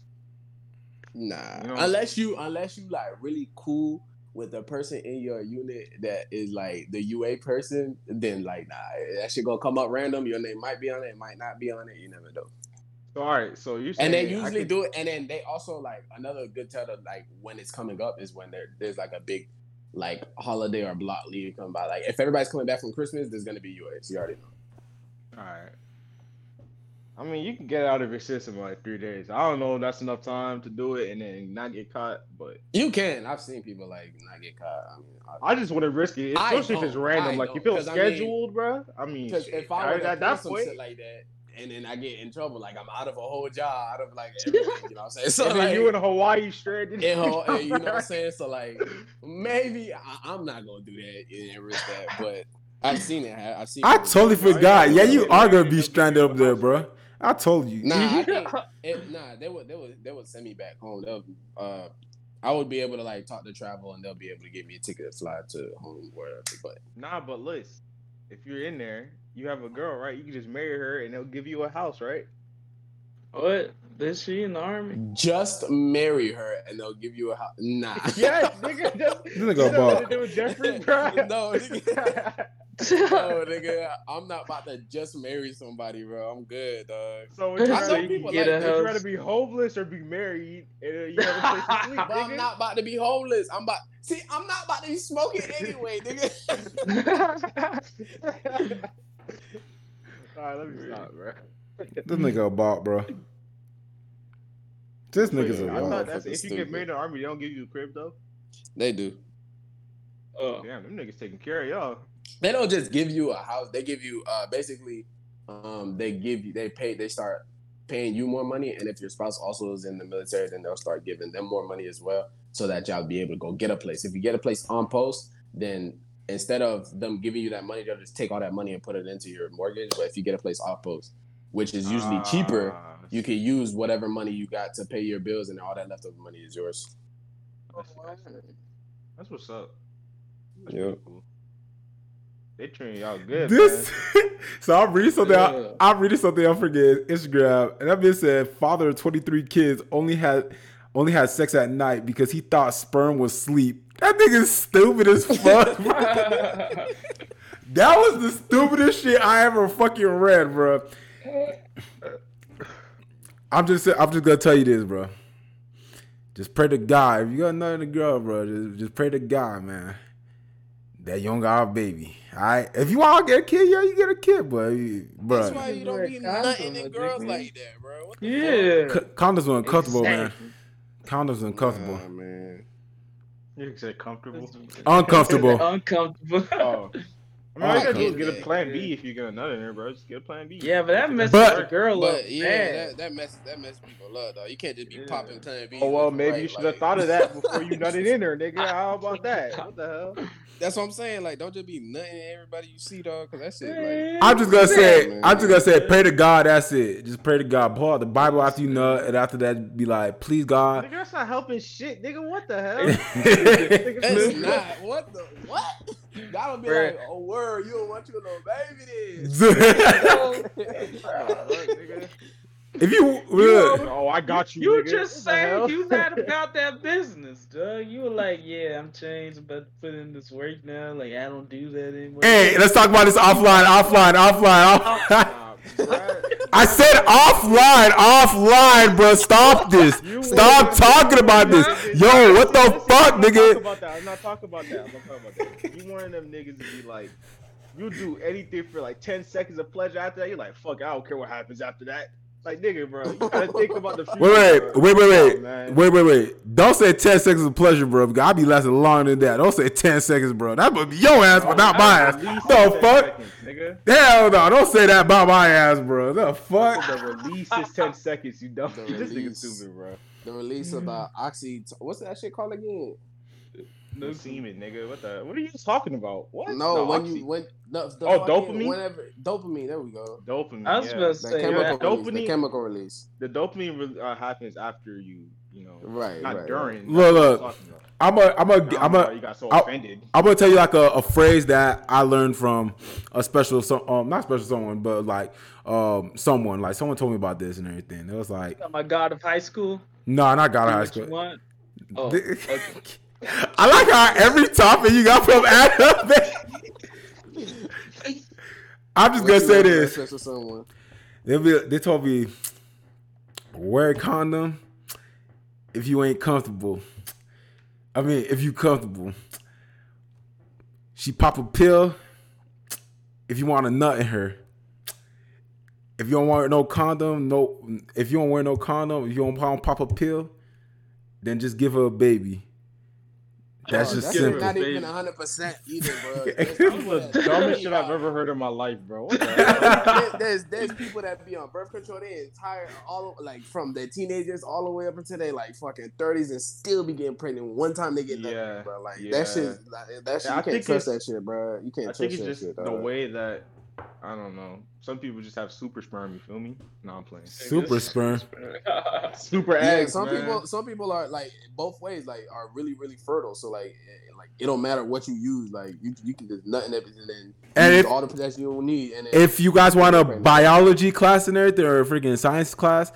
Nah.
You know-
Unless you unless you like really cool with the person in your unit that is like the UA person, then like nah, that shit gonna come up random. Your name might be on it, it might not be on it. You never know.
so, all right. So you
And they usually do it, and then they also like another good tell to like when it's coming up is when there there's like a big like holiday or block leave coming by. Like if everybody's coming back from Christmas, there's gonna be UAs. You already know.
All right. I mean, you can get out of your system in like three days. I don't know if that's enough time to do it and then not get caught, but
You can. I've seen people like not get caught. I mean, I-
I just wouldn't risk it,
I
especially if it's
know,
random.
I
like, you
know,
feel
'cause I mean-
scheduled, bruh. I mean,
Because
shit,
if I were to that
at that
some
point,
shit like that, and then I get in trouble, like I'm out of a whole job, out of like everything, you know what I'm saying? So
and then
like,
you in Hawaii stranded.
in whole- and you know what I'm saying? So like, maybe I, I'm not gonna do that and risk that, but I've seen it. ha- I've seen.
I
people do
totally
Oh,
it.
forgot. Yeah, you are gonna be stranded up there, bro. I told you.
Nah, I think it, nah, they would, they would, they would send me back home. They'll, uh, I would be able to like talk to travel, and they'll be able to give me a ticket to fly to home, wherever. But
nah, but listen, if you're in there, you have a girl, right? You can just marry her and they'll give you a house, right?
what? Is she in the army?
just marry her, and they'll give you a house. Nah.
Yes, nigga. That's,
This nigga
that's
bald.
what they do with Jeffrey, bruh.
no, nigga.
Oh.
No, nigga, I'm not about to just marry somebody, bro. I'm good, dog.
So
I
would you
know
rather, you
people
get
like
a
that.
house. rather be homeless or be married and uh, you have a place to sleep,
But I'm
nigga?
not about to be homeless. I'm about see, I'm not about to be smoking anyway, nigga.
All right, let me stop, bro.
This nigga a bot, bro. This nigga's a
I thought
bot.
that's if you
Fucking
get married in the army, they don't give you a crib though.
they do.
oh.
Damn, them niggas taking care of y'all.
They don't just give you a house. They give you uh basically um they give you they pay they start paying you more money and if your spouse also is in the military then they'll start giving them more money as well so that y'all be able to go get a place. If you get a place on post, then instead of them giving you that money, they'll just take all that money and put it into your mortgage. But if you get a place off post, which is usually cheaper,
Ah,
you can use whatever money you got to pay your bills, and all that leftover money is yours.
That's, that's what's up. That's
Yeah.
pretty cool. They treating y'all good.
This. so I'm reading something.
Yeah.
I, I'm reading something. I forget Instagram, and that bitch said father of 23 kids only had only had sex at night because he thought sperm was sleep. That nigga's stupid as fuck. bro. that was the stupidest shit I ever fucking read, bro. I'm just I'm just gonna tell you this, bro. Just pray to God. If you got another girl, bro, just, just pray to God, man. That young guy baby. All right. If you want to get a kid, yeah, you get a kid, but you-
That's
bro.
why you don't be
Right.
nothing
Condoms,
in girls
nigga.
like that, bro. What the
Yeah.
C- condoms are uncomfortable, man. Condoms are
fuck?
uncomfortable.
Nah, man.
You said comfortable.
Uncomfortable.
Uncomfortable.
Oh. I mean, all you gotta do is get a
Yeah.
plan B if you get another there, bro. Just get a plan B.
Yeah, but that messes
But-
the girl up.
But yeah,
bad.
that, that mess that mess people up though. You can't just be
Yeah.
popping ten
Oh well, maybe you should have thought of that before you nutted in her, nigga. How about that? What the hell?
That's what I'm saying. Like, don't just be nutting everybody you see, dog. Cause that shit, like,
Man.
I'm just gonna say,
man.
I'm just gonna say, pray to God. That's it. Just pray to God. Paul, the Bible after you nut, and after that, be like, please God.
Nigga, that's not helping shit, nigga. What the hell?
It's
that's
Nigga,
not what the what. That'll be
Bruh.
like, oh word, you don't want your little baby
nigga.
if you uh,
You
look,
know-
Oh, I got you.
You
nigga. What the
just say
hell?
you not about that business, dog. You were like, yeah, I'm changed, but put in this work now. Like I don't do that anymore.
hey, let's talk about this offline, offline, offline. offline.
Nah, bruh.
I said offline, offline, bro. Stop this.
You
Stop
were-
talking about this. Yo, what the
Listen,
fuck,
I'm not talking
nigga?
about that. I'm not talking about that. I'm not talking about that. You one of them niggas to be like, you do anything for like ten seconds of pleasure. After that, you're like, fuck, I don't care what happens after that. Like, nigga, bro, you gotta think about the future.
Wait, wait,
bro.
wait, wait,
Oh,
wait,
man.
wait, wait, wait. Don't say ten seconds of pleasure, bro. because I be lasting longer than that. Don't say ten seconds, bro. That would be your ass, but not my ass.
At least
The
10
fuck?
seconds, nigga.
Hell no! Don't say that about my ass, bro. The fuck?
The release is ten seconds. You dumb.
The
This nigga
release.
stupid, bro.
The release of the
Mm.
oxy, what's that shit called again?
No semen, nigga. What the? What are you talking about? What?
No,
The
when
oxy-
you when no, the
Oh,
fucking-
dopamine?
Whenever dopamine, there we go.
dopamine.
I was
yeah.
supposed
The
to say
chemical,
that.
release, the
Dopamine-
chemical release.
the dopamine re- uh, happens after you, you know,
Right,
not
right, right.
during.
Look,
That's what
look.
I'm talking about.
I'm a, I'm
I
a,
don't
I'm
know why
a.
you got so
I-
offended.
I'm gonna tell you like a, a phrase that I learned from a special, so, um, not special someone, but like, um, someone like someone told me about this and everything. It was like,
Oh my god, of high school.
no, nah, not got
Do
high
what you
school.
want. Oh, okay.
I like how every topic you got from Adam. I'm just gonna
What you
say
want for
this.
that special someone?
They be, they told me wear a condom if you ain't comfortable. I mean, if you comfortable. She pop a pill if you want a nut in her. If you don't want no condom, no. If you don't wear no condom, if you don't pop- pop a pill, then just give her a baby. That's
Oh,
just
that's
simple.
not even
Baby.
100 percent either, bro.
That was the dumbest shit I've ever heard in my life, bro. What the hell?
There- there's there's people that be on birth control their entire all like from their teenagers all the way up until they like fucking thirties and still be getting pregnant one time they get
Yeah,
pregnant, bro. Like
yeah.
that shit, like, that shit.
Yeah, I
you can't
think
trust that
it's-
shit, bro. You can't
I
trust
think it's
that
just
shit. uh.
the
dog.
way that I don't know. Some people just have super sperm. You feel me? No, I'm playing.
Super sperm.
Super
Yeah,
eggs,
some
man.
people some people are like both ways, like are really really fertile. So like it, like it don't matter what you use, like you you can just nothing everything and then
And
use
if-
all the protection you need. And then,
if you guys want a
Right.
biology class in everything or a freaking science class,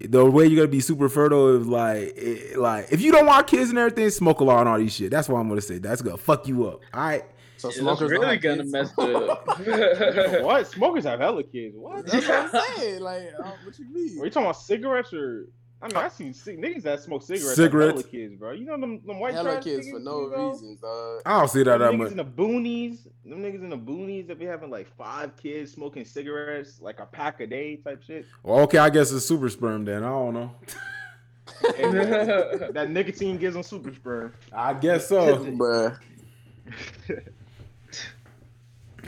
the way you're gonna be super fertile is like, it, like if you don't want kids and everything, smoke a lot and all these shit. That's what I'm gonna say. That's gonna fuck you up. All right.
so
That's
smokers don't
really
have
gonna
kids.
mess it up.
what? Smokers have hella kids. What?
That's what I'm saying. Like, uh, what you mean?
Are you talking about cigarettes or? I mean, I seen cig- niggas that smoke cigarettes.
Cigarettes.
Cigarettes. Hella kids, bro. You know them, them white
Hella
trash
kids for
niggas,
no
you know?
reasons, dog.
I don't see that that
them niggas
much.
in the boonies, them niggas in the boonies that be having like five kids smoking cigarettes, like a pack a day type shit.
Well, okay, I guess it's super sperm then. I don't know.
And that, that nicotine gives them super sperm.
I guess so.
Bruh.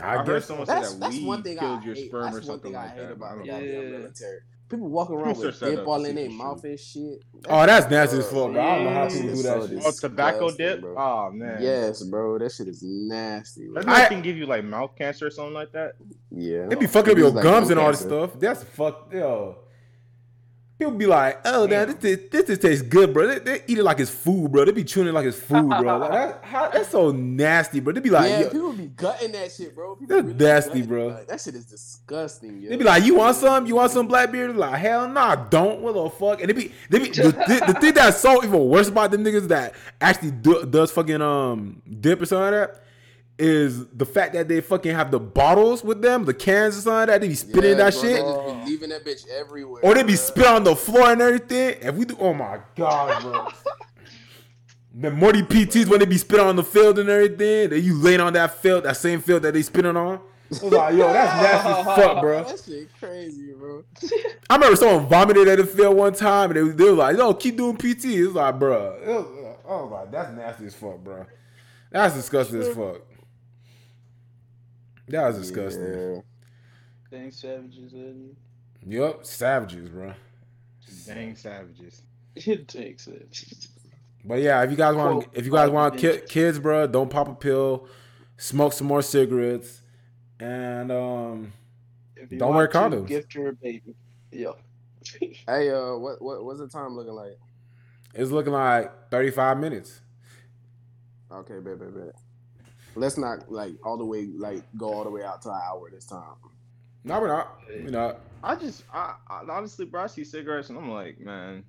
I,
I
heard
guess.
someone
That's,
say that
that's
weed
one thing
kills
I
your
hate.
sperm
that's
or
one thing
something like
I hate
that.
about
I
the
don't
Yeah.
know.
goddamn military. People walking around
Search
with
that
dip
up,
all
see
in their
the
mouth and shit.
Oh, that's nasty as
Bro.
fuck. Bro. I don't know how
Mm.
people do that shit.
Oh, tobacco
Disgusting,
dip.
bro.
Oh man,
Yes, bro. That shit is nasty. Bro.
That
I-
can give you like mouth cancer or something like that.
Yeah.
They be fucking up your
It's like
gums and all this
cancer.
stuff. That's fucked, yo. People be like, oh, now this, this, this, this tastes good, bro. They, they eat it like it's food, bro. They be chewing it like it's food, bro. Like, that, how, that's so nasty, bro. They be like,
yeah,
yo,
people be gutting that shit, bro. People
That's
be
nasty,
gutting it,
bro.
dog. That shit is disgusting. Yo.
they be like, you want some? You want some Blackbeard? They Like, hell nah, I don't. What the fuck? And they be, they be the, thi- the thing that's so even worse about them niggas that actually do, does fucking um dip or something like that is the fact that they fucking have the bottles with them, the cans or something like that. They be
Yeah,
spitting that
bro,
shit.
They just be leaving that bitch everywhere.
Or they be
bro.
spit on the floor and everything. And we do, oh my god, bro. the Morty PTs when they be spit on the field and everything, then you laying on that field, that same field that they spitting on. It's like, yo, that's nasty as fuck, bro.
That shit crazy, bro.
I remember someone vomited at the field one time, and they, they were like, "Yo, keep doing PT." It's like, bro, Oh my, that's nasty as fuck, bro. That's disgusting as fuck. That was disgusting.
Yeah.
Dang savages, isn't
Yup, savages, bro.
Dang savages.
it? It takes it.
But yeah, if you guys want, if you guys want ki- kids, bro, don't pop a pill, smoke some more cigarettes, and um,
If you
Don't
want
wear
to,
condoms.
Gift her a baby. Yeah.
Hey, uh, what what what's the time looking like?
it's looking like thirty-five minutes.
Okay, bet, bet, bet. Let's not like all the way like go all the way out to an hour this time.
No, we're not. We're not.
I just, I, I honestly, bro, I see cigarettes and I'm like, man,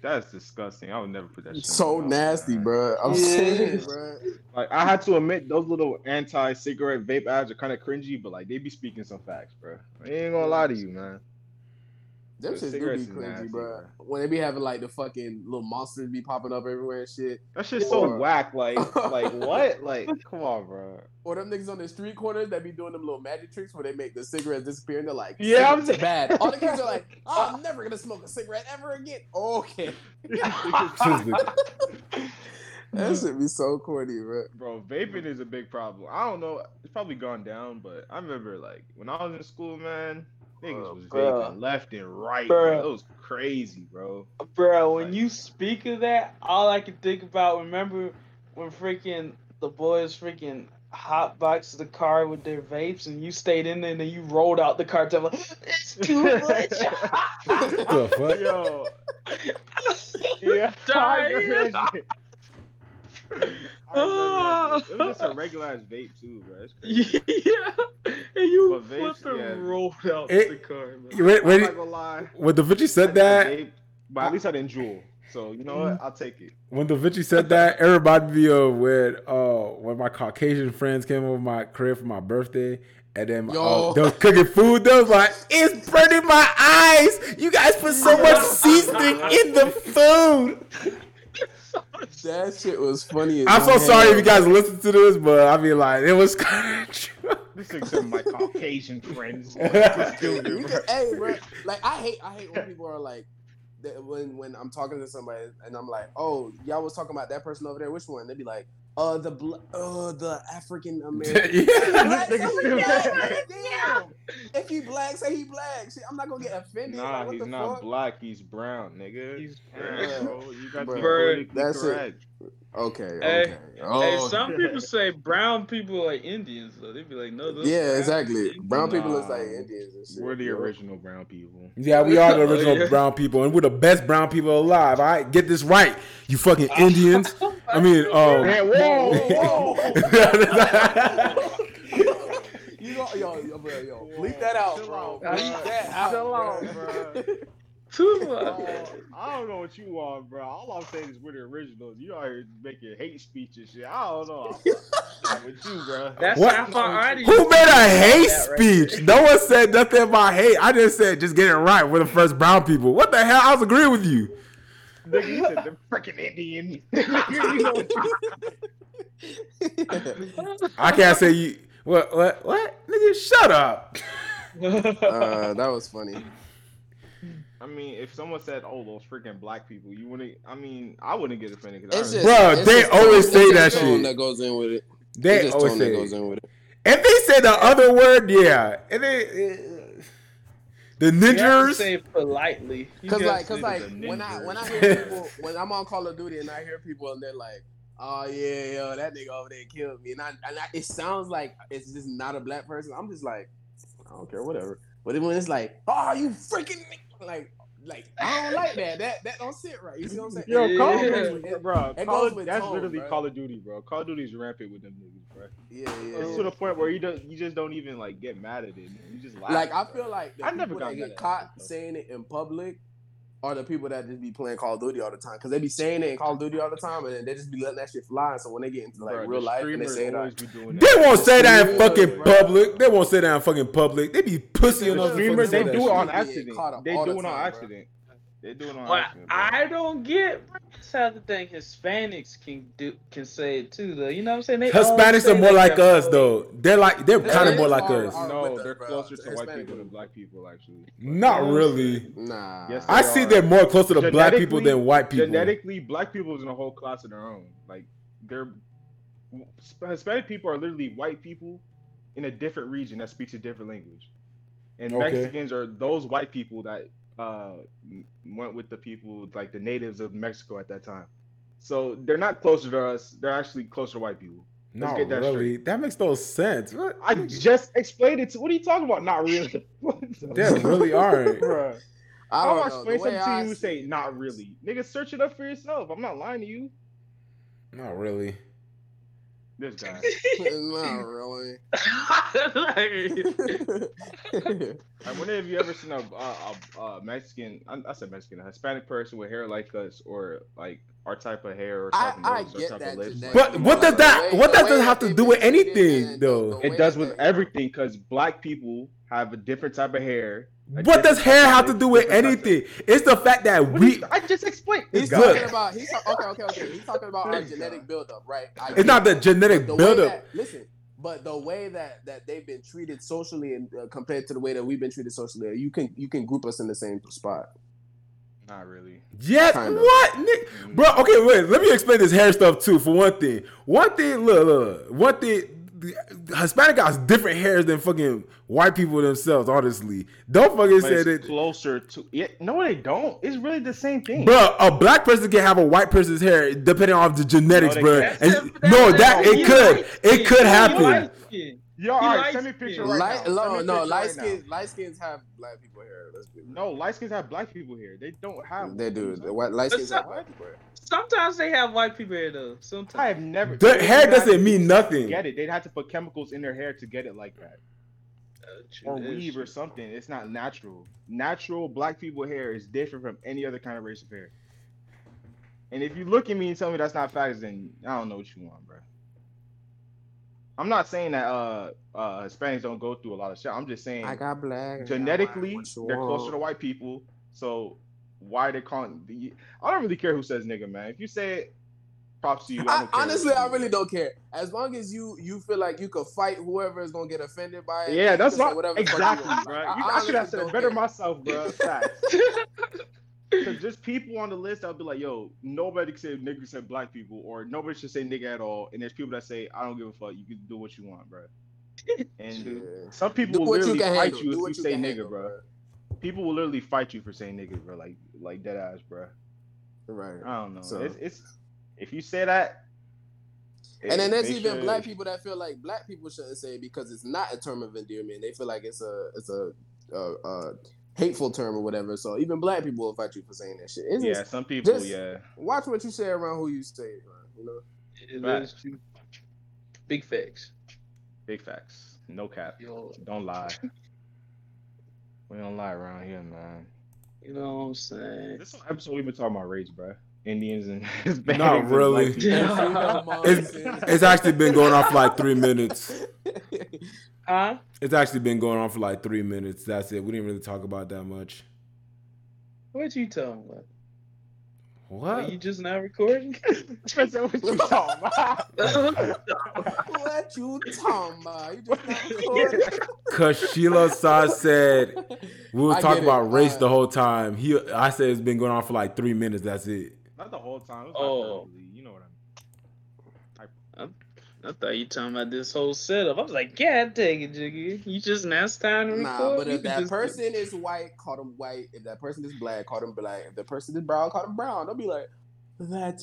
that's disgusting. I would never put that. Shit in
So
my mouth,
nasty,
man.
bro. I'm
Yeah.
saying, bro.
Like, I had to admit those little anti-cigarette vape ads are kind of cringy, but like they be speaking some facts, bro. I ain't gonna lie to you, man.
Them
The
shits do be
cigarettes is
cringy,
nasty,
bro.
bro.
When they be having like the fucking little monsters be popping up everywhere and shit,
That shit's so
Or-
whack. Like, like what? Like, come on, bro.
or them niggas on the street corners that be doing them little magic tricks where they make the cigarettes disappear and they're like,
Yeah, I'm
"Cigarettes are bad. All the kids are like, oh, I'm never gonna smoke a cigarette ever again. Okay,
This is the-
that should be so corny, bro.
Bro, vaping is a big problem. I don't know. It's probably gone down, but I remember like when I was in school, man, niggas
Oh,
was
bruh.
vaping left and right.
Bruh.
Bro. It was crazy, bro.
Bro, when you speak of that, all I can think about remember when freaking the boys freaking hotboxed the car with their vapes and you stayed in there and then you rolled out the car to like, it's too much.
the fuck?
Yo, yeah, I
Dying.
remember that shit. I remember that shit. It was just a regular ass vape too, bro. It's crazy.
yeah, and you
But vapes,
flipping
yeah.
rolled out
It-
the car. Man.
Wait,
I'm
wait,
not gonna lie.
when Da Vinci
I
said
didn't
that,
vape, but at least I didn't drool. So you know what? I'll take it.
when Da Vinci said that, it reminded me of when uh when my Caucasian friends came over my crib for my birthday. And then my,
Yo.
uh, they was cooking food. They was like, "It's burning my eyes! You guys put so much seasoning in the food."
That shit was funny. as
I'm so
hell.
sorry if you guys listen to this, but I mean, like, it was kind of true.
This is some of my Caucasian friends.
You
Dude,
can-
bro.
hey, bro. Like I hate, I hate when people are like, that when when I'm talking to somebody and I'm like, oh, y'all was talking about that person over there. Which one? They'd be like, uh, the bl- uh, the African American.
yeah.
Black, say he black, damn. If he black, say he black. Shit, I'm not gonna get offended. like,
Nah,
what
he's
the
not
fuck?
black. He's brown, nigga.
He's
Yeah,
brown.
bro. You got
Bro.
the
Bro,
politically
that's it.
correct.
Okay,
Hey,
okay.
Hey,
Oh,
some people say brown people are Indians though. They'd be like, no, those
yeah,
brown
exactly.
people-
Brown people is
Nah.
like Indians and shit.
We're the
yo.
original brown people.
Yeah, we are the
Oh,
original
yeah.
brown people, and we're the best brown people alive. All right, get this right, you fucking Indians. I mean, um,
whoa,
You know, yo, yo, bro, yo, bleep that out, bro.
Chill out,
Bleep
bro.
that out. bro.
Chill out, Oh.
Too much.
I don't know what you want, bro. All I'm saying is we're the originals. You out here making hate speech and shit. I don't know. I'm with you, bro.
That's
What?
half our audience.
Who made a hate
That right
speech? No one said nothing about hate. I just said, just get it right. We're the first brown people. What the hell? I was agreeing with you.
Nigga, you said the freaking Indian. You know what you-
I can't say you. What? What? What? Nigga, shut up.
uh, that was funny.
I mean, if someone said, "Oh, those freaking black people," you wouldn't. I mean, I wouldn't get offended. 'cause I
It's
already-
just,
Bruh,
it's
they
just
always
tone-
say
it's
that
just tone
shit.
That goes in with it. It's
They
just
always
tone
say.
that goes in with it.
If they say the other word, yeah. If they, uh, the
You have to
ninjas.
say it politely. You
Cause
gotta
like,
say
cause
it
like,
the
when I
ninjas.
when I hear people when I'm on Call of Duty and I hear people and they're like, "Oh yeah, yo, that nigga over there killed me," and I, and I it sounds like it's just not a black person. I'm just like, I don't care, whatever. But then when it's like, "Oh, you freaking nigga," like, like I don't like that. That that don't sit right. You see what I'm saying?
Yo,
Yeah.
Call
It
of
goes
Duty,
with-
bro.
it
Call
goes
of-
with
that's
tone,
literally
bro.
Call of Duty, bro. Call of Duty's rampant with them niggas, bro.
yeah, yeah.
It's
yeah.
to the point where you don't, you just don't even like get mad at it. Man. You just laugh.
Like I
bro.
feel like the
I never
people
got
that
mad at
get
it,
caught
though.
saying it in public are the people that just be playing Call of Duty all the time because they be saying it in Call of Duty all the time and then they just be letting that shit fly. So when they get into like
Bro, the
real life and they
streamers
say it,
always
like,
be doing
They
that.
won't say that in
Yeah,
fucking
bro.
public. They won't say that in fucking public. They be pussy
The
enough to fucking
streamers,
say
they
that
do it
shit.
on
shit. Yeah,
accident.
caught up
They
all
do
the
it on
time, bro.
accident. They do it on
What
accident, bro.
I don't get that's how the thing Hispanics can do can say it too though. You know what I'm saying? They always
Hispanics
say
are more
they
like
got-
us though. They're like they're
Yeah,
kind of
they
more
are-
like
are-
us.
are-
no,
with
they're
us, bro.
closer to white
Hispanic
people than
women.
black people, actually.
Not really.
Nah.
Yes,
I
They
see
are.
they're more closer to black people
Genetically-
than white people.
Genetically, black people is in a whole class of their own. Like, they're Hispanic people are literally white people in a different region that speaks a different language, and
Okay.
Mexicans are those white people that uh, m- went with the people like the natives of Mexico at that time. So they're not closer to us; they're actually closer to white people.
Not
get that
really. That makes no sense. What?
I just explained it. To, what are you talking about? Not really. What the-
They really aren't.
Bruh.
I
How
don't
do I
know.
explain
The way
something to
I
you who
see
say
it,
not really? Nigga, search it up for yourself. I'm not lying to you.
Not really.
This guy.
Not really.
I wonder if you ever seen a, a, a, a Mexican, I, I said Mexican, a Hispanic person with hair like us or like our type of hair or
I,
type
I
of nose or
get
type
that.
of lips.
genetic,
like-
But what does
the
that-
way-
what
the
that does
way
have to
they've
do
been
with
treated
anything,
and the-
though?
the
it
way
does with
that-
everything because black people have a different type of hair. a
What does
different
hair
type
have
of
to
lips,
do with
different types of-
anything? It's the fact that
What do you-
we.
I just explained.
He's
This
Good.
guy.
talking about. He's talk- okay. Okay. Okay. He's talking about our genetic buildup, right? I
It's
get
not the
that.
genetic
the way
buildup.
that- listen, but the way that that they've been treated socially and uh, compared to the way that we've been treated socially, you can you can group us in the same spot.
Not really.
Yes.
Kind of.
What, Nick? Bro, okay, wait. Let me explain this hair stuff too. For one thing, one thing. Look, look. One thing. the- the Hispanic guys different hairs than fucking white people themselves. Honestly, don't fucking
But
say
it's
that.
closer to. Yeah, no, they don't. It's really the same thing.
Bro, a black person can have a white person's hair depending on the genetics,
they
bro.
can't.
And-
That's- that's
no,
the
that
thing.
it
You
could,
light
it
skin.
could
You
happen.
light skin.
Yo, all right,
light
send me a
skin.
picture
Light,
right now. Send me
no,
a
no,
picture
light
right now.
skins, light skins have black people hair. Let's be
No, light skins have black people here. They don't have.
they do. The white, light skins have black people hair.
Sometimes they have white people here though. Sometimes
I have never.
The hair
they'd have to
doesn't mean nothing.
Get it? They'd have to put chemicals in their hair to get it like that, or weave or something. It's not natural. Natural black people hair is different from any other kind of race of hair. And if you look at me and tell me that's not facts, then I don't know what you want, bro. I'm not saying that uh, uh Hispanics don't go through a lot of shit. I'm just saying
I got black.
genetically they're closer to white people so why they calling the i don't really care who says nigga man if you say it props to you I
I,
don't care.
honestly, I really don't care. As long as you you feel like you could fight whoever is gonna get offended by it.
yeah
you
that's
can say
what
whatever the fuck you
exactly
want.
bro
I-
you,
I
i should have
honestly
said
don't
better
care.
myself bro Facts. 'Cause just people on the list i'll be like yo nobody can say nigga said black people or nobody should say nigga at all and there's people that say i don't give a fuck you can do what you want bro and
Yeah.
some people
Do
will
what you
literally
can
fight
handle.
you if
Do
you,
what you
say
can
nigga
handle,
bro people will literally fight you for saying nigga bro like like dead ass bro
Right.
I don't know.
So-
It's, it's if you say that,
And then there's
they
even
should-
black people that feel like black people shouldn't say it because it's not a term of endearment. They feel like it's a it's a, a, a hateful term or whatever. So even black people will fight you for saying that shit. It's
Yeah,
just-
some people.
just-
yeah,
watch what you say around who you say. around, You know.
Facts.
Big facts.
big facts. No cap.
Yo,
Don't lie. we don't lie around here, man.
you know what I'm saying?
This whole episode we've been talking about race, bro. Indians and Hispanics.
Not
and
really.
black people.
It's, it's actually been going on for like three minutes.
Huh?
It's actually been going on for like three minutes. That's it. We didn't really talk about that much.
What you talking about? Are
What?
you just not recording?
So what you talking about?
what you talking about? You just not recording.
Cause Sheila Sai said we were
I
talking
get it.
about race
Uh,
the whole time. He, I said it's been going on for like three minutes. That's it.
Not the whole time. It was
Oh.
hyperbole, You know what I mean.
I thought you talking about this whole setup. I was like, yeah, take it, Jiggy. You just now it's time to record.
Nah, but
You
if
can
that
just-
person is white, call them white. If that person is black, call them black. If the person is brown, call them brown. They'll be like, that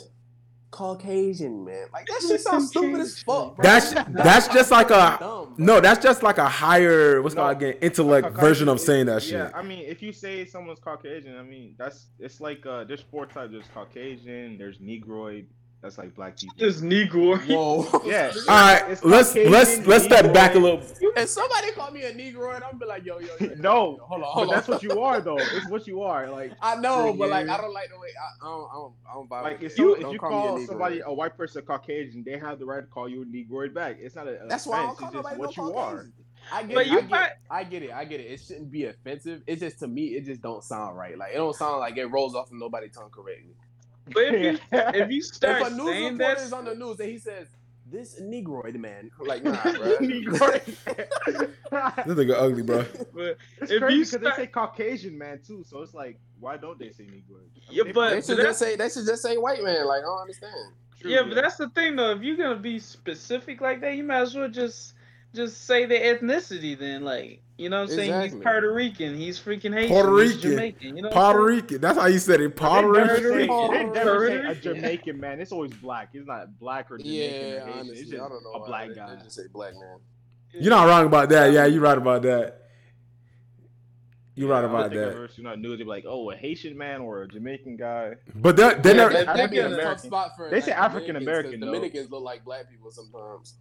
Caucasian man. Like that shit sounds stupid as fuck. Bro.
That's that's just like a
dumb. bro.
no. That's just like a higher what's
No.
called again intellect version of saying that
Yeah,
shit.
I mean, if you say someone's Caucasian, I mean that's it's like uh, there's four types. There's Caucasian. There's Negroid. That's like black people.
This Negro.
Whoa.
Yeah.
All right,
It's
let's
Caucasian,
let's let's step
Negroid.
back a little.
If somebody called me a Negro, and I'm be like, yo, yo, yo, yo,
No,
yo, hold on,
But
hold
that's
on.
what you are, though. It's what you are. Like,
I know, but like,
Yeah.
I don't like the way I, I don't, I don't, I don't vibe
like
with
if
it.
you
Oh, Don't
if you
me a
call
Negro.
somebody a white person Caucasian, they have the right to call you a Negroid back. It's not a. a
that's why I don't
offense,
call
it's just
nobody no
what you are.
Caucasian. I get,
But
it,
you
I, get,
might-
I get it. I get it. It shouldn't be offensive. It's just to me, it just don't sound right. Like it don't sound like it rolls off of nobody's tongue correctly.
But if you if you start
if a news
saying
reporter
that,
is on the news and he says this Negroid man, like nah, bro.
This nigga ugly, bro.
but If
It's crazy
you
because
start-
they say Caucasian man too, so it's like, why don't they say Negro?
Yeah,
They-
but-
they should just say they should just say white man. Like I don't understand.
True,
yeah, but that's the thing though. If you're gonna be specific like that, you might as well just just say the ethnicity then. Like you know, what I'm saying
Exactly.
he's Puerto Rican, he's freaking Haitian,
Puerto
he's
Rican.
Jamaican. You know, what I'm
Puerto Rican. That's how you said it. Puerto
They never
Rican.
say-
Puerto
They never say a
Rican.
Jamaican man. It's always black. It's not black or Jamaican
Yeah,
or Haitian.
honestly,
It's
I don't
just
know.
a
why
black
they-
guy.
They just say black man.
saying?
You're not wrong about that. Yeah, you're right about that. You're right
I would
about
think at
that.
first, you know, news, they'd be like, oh, a Haitian man or a Jamaican guy.
But they're, they're
Yeah,
never,
that, that'd be a
African-American.
tough spot for.
They say
like, Dominicans, 'cause
African-American, though.
Dominicans look like black people sometimes.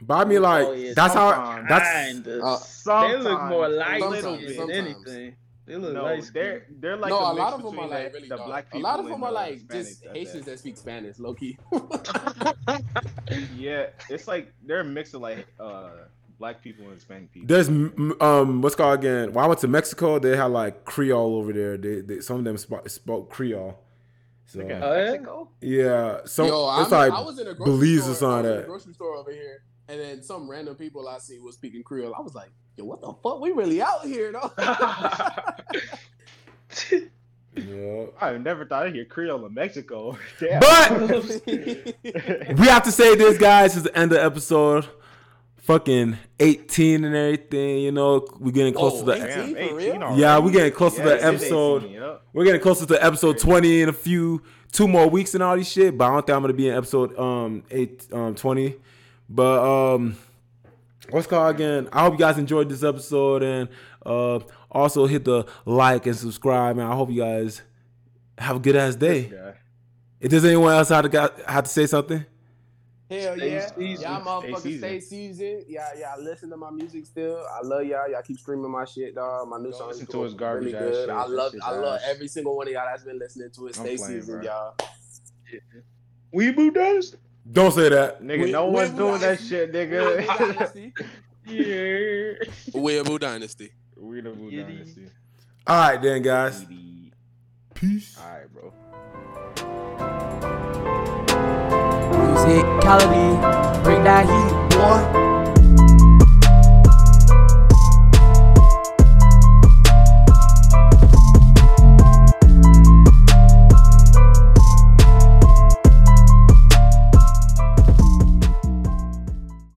but I mean, like,
Oh, yeah,
that's how,
Sometimes.
that's,
Kinda.
Uh,
they look more
Sometimes.
light
little
skinned
bit.
than
Sometimes.
anything. They look
No,
light skinned.
they're they're like
no,
a,
a
mix
lot of them are
between
like
that-
really
the
dark.
black
A
people.
lot of
and
them are
the
like just
Hispanics, I
Haitians
think.
that speak Spanish, low key.
Yeah, it's like they're a mix of like uh black people and Hispanic people.
there's, m- m- um, what's it called again? When I went to Mexico, they had like Creole over there. They, they some of them spoke, spoke Creole. So,
Okay.
Oh, yeah?
yeah. So,
Yo, I,
it's
mean,
like,
I was in a grocery
Belize or
store.
something
I was in
like
a
that.
grocery store over here, and then some random people I see was speaking Creole. I was like, Yo, what the fuck? We really out here, though.
yeah.
I never thought I'd hear Creole in Mexico. Damn.
But we have to say this, guys. This is the end of the episode. Fucking 18 and everything. You know, we're getting close to the.
Oh, damn.
Damn,
18 for
18
real?
already.
Yeah, we're getting close
Yeah,
to
it is
the episode.
18, yep.
We're getting closer to episode 20 in a few two more weeks and all these shit, but I don't think I'm gonna be in episode um eight um 20. But um what's it called again? I hope you guys enjoyed this episode and uh also hit the like and subscribe and I hope you guys have a good ass day.
Yeah.
If there's anyone else out got have to say something,
Hell
Stay
yeah.
seasoned.
Y'all motherfuckers
Stay
stay, seasoned. Y'all, y'all listen to my music still. I love y'all. Y'all keep streaming my shit, dog. My new
Don't
song
listen
is
to
cool.
his garbage
really
ass
good.
shit.
I
That
love
shit's
I love
ass.
every single one of y'all that's been listening to it.
I'm
Stay
playing,
seasoned,
bro.
y'all.
Weebu does?
don't say that.
Nigga,
We-
no one's
Weebu
doing that
does.
shit,
Weeaboo
nigga.
Dynasty.
yeah.
Weeaboo Dynasty.
Weebu
Giddy.
Dynasty.
Alright then guys.
Giddy.
Peace.
Alright, bro.
Musicality, bring that heat, boy.